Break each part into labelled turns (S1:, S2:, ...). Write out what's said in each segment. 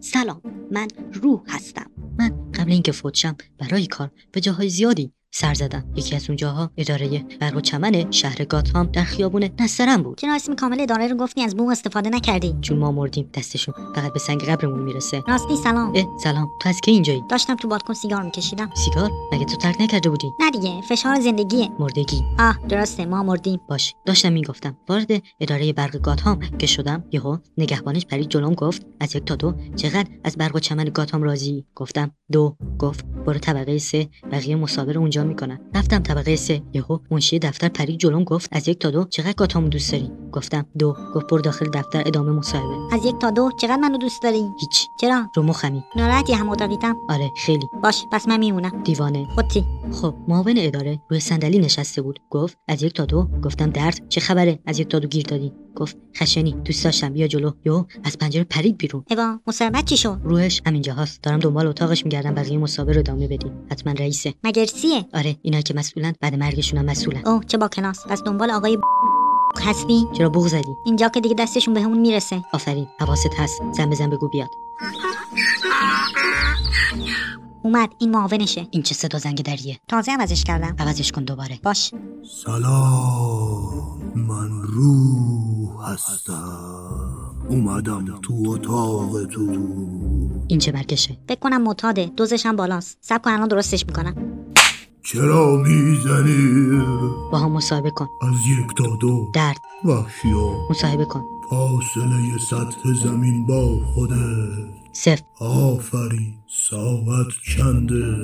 S1: سلام من روح هستم
S2: من قبل اینکه فوت شم برای کار به جاهای زیادی سر زدم یکی از اون جاها اداره برق و چمن شهر گاتهام در خیابون نسترم بود
S1: چرا اسم کامل اداره رو گفتی از بوم استفاده نکردی
S2: چون ما مردیم دستشون فقط به سنگ قبرمون میرسه
S1: راستی سلام
S2: اه سلام تو از کی اینجایی
S1: داشتم تو بادکن سیگار میکشیدم
S2: سیگار مگه تو ترک نکرده بودی
S1: نه دیگه فشار زندگیه
S2: مردگی
S1: آه درسته ما مردیم
S2: باش داشتم میگفتم وارد اداره برق گاتهام که شدم یهو نگهبانش پرید جلوم گفت از یک تا دو چقدر از برق و چمن گاتهام راضی گفتم دو گفت برو طبقه سه بقیه مسابقه اونجا میکنن رفتم طبقه سه یهو منشی دفتر پرید جلوم گفت از یک تا دو چقدر گاتهام دوست داری گفتم دو گفت برو داخل دفتر ادامه مصاحبه
S1: از یک تا دو چقدر منو دوست داری
S2: هیچ
S1: چرا
S2: رو مخمی
S1: ناراحتی هم اتاقیتم
S2: آره خیلی
S1: باش پس من میمونم
S2: دیوانه
S1: خودتی
S2: خب معاون اداره روی صندلی نشسته بود گفت از یک تا دو گفتم درد چه خبره از یک تا دو گیر دادی گفت خشنی دوست داشتم بیا جلو یو از پنجره پرید بیرون
S1: اوا مصاحبت چی شد
S2: روحش همینجا هست دارم دنبال اتاقش میگردم بقیه مسابقه رو ادامه بدیم حتما رئیسه
S1: مگرسیه
S2: آره اینا که مسئولن بعد مرگشون هم مسئولن
S1: اوه چه با کلاس پس دنبال آقای هستی
S2: چرا بوغ زدی
S1: اینجا که دیگه دستشون بهمون میرسه
S2: آفرین حواست هست زن بزن بگو بیاد
S1: اومد این معاونشه
S2: این چه صدا زنگ دریه
S1: تازه عوضش کردم
S2: عوضش کن دوباره
S1: باش
S3: سلام من روح هستم اومدم تو اتاق تو
S2: این چه مرگشه
S1: فکر کنم معتاده دوزش هم بالاست سب کن الان درستش میکنم
S3: چرا میزنی
S2: با هم مصاحبه کن
S3: از یک تا دو
S2: درد
S3: وحشی ها
S2: مصاحبه کن
S3: فاصله سطح زمین با خوده
S2: صفر
S3: آفرین ساعت چنده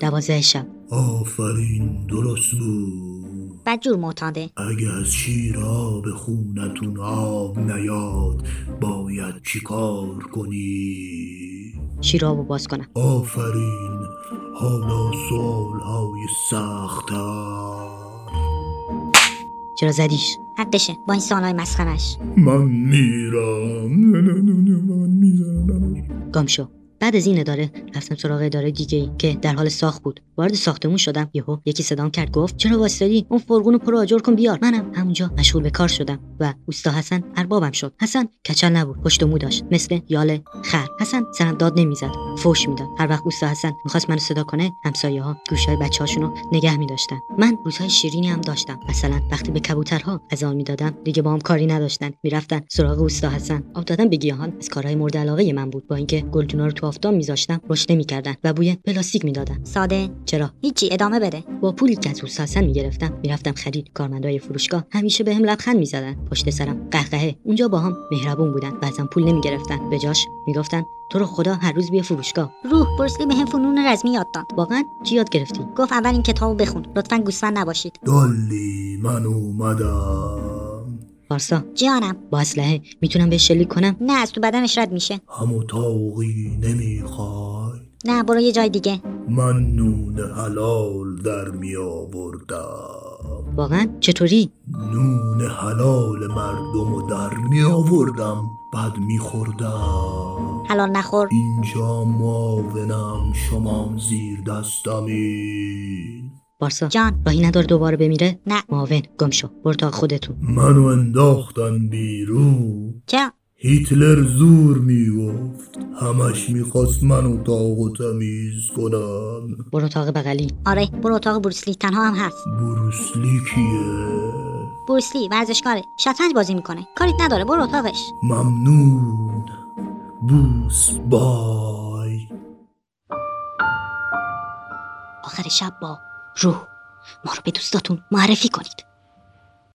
S2: دوازده شب
S3: آفرین درست بود
S1: بد جور معتاده
S3: اگه از شیراب خونتون آب نیاد باید چیکار کنی
S2: شیرابو باز کنم
S3: آفرین حالا سوال های سخت
S2: چرا زدیش
S1: حقشه با این سالهای مسخرش
S3: من میرم نه نه نه نه من میزنم
S2: گم شو بعد از این اداره رفتم سراغ اداره دیگه ای که در حال ساخت بود وارد ساختمون شدم یهو یکی صدام کرد گفت چرا واسدی اون فرگونو پر آجر کن بیار منم همونجا مشغول به کار شدم و اوستا حسن اربابم شد حسن کچل نبود پشت و مو داشت مثل یاله خر حسن سرم داد نمیزد فوش میداد هر وقت اوستا حسن میخواست منو صدا کنه همسایه ها گوشای بچه هاشونو نگه میداشتن من روزهای شیرینی هم داشتم مثلا وقتی به کبوترها غذا میدادم دیگه با هم کاری نداشتن میرفتن سراغ اوستا حسن آب دادن به گیاهان از کارهای مورد علاقه من بود با اینکه گلدونا رو تو آفتاب میذاشتم رشد نمیکردن و بوی پلاستیک میدادن
S1: ساده
S2: چرا
S1: هیچی ادامه بده
S2: با پولی که از اوستا حسن میگرفتم میرفتم خرید کارمندای فروشگاه همیشه بهم لبخند میزدن پشت سرم قهقهه اونجا با هم مهربون بودن بعضا پول نمیگرفتن به جاش میگفتن تو رو خدا هر روز بیا فروشگاه
S1: روح برسلی به هم فنون رزمی یاد داد
S2: واقعا چی یاد گرفتی
S1: گفت اول این کتابو بخون لطفا گوسفند نباشید
S3: دالی من اومدم
S2: پارسا
S1: جانم
S2: با اسلحه میتونم به شلیک کنم
S1: نه از تو بدنش رد میشه
S3: هم اتاقی نمیخوای
S1: نه برو یه جای دیگه
S3: من نون حلال در می آوردم
S2: واقعا چطوری
S3: نون حلال مردم رو در می آوردم بعد می خوردم
S1: حلال نخور
S3: اینجا معاونم شما زیر دستمی
S2: پارسا
S1: جان
S2: راهی نداره دوباره بمیره
S1: نه
S2: معاون گم شو برو تا خودتون
S3: منو انداختن بیرون
S1: چرا
S3: هیتلر زور میگفت همش میخواست منو تاق و تمیز کنن
S2: برو اتاق بغلی
S1: آره برو اتاق بروسلی تنها هم هست
S3: بروسلی کیه
S1: بروسلی ورزشکاره شطرنج بازی میکنه کاریت نداره برو اتاقش
S3: ممنون بوس بای
S1: آخر شب با روح ما رو به دوستاتون معرفی کنید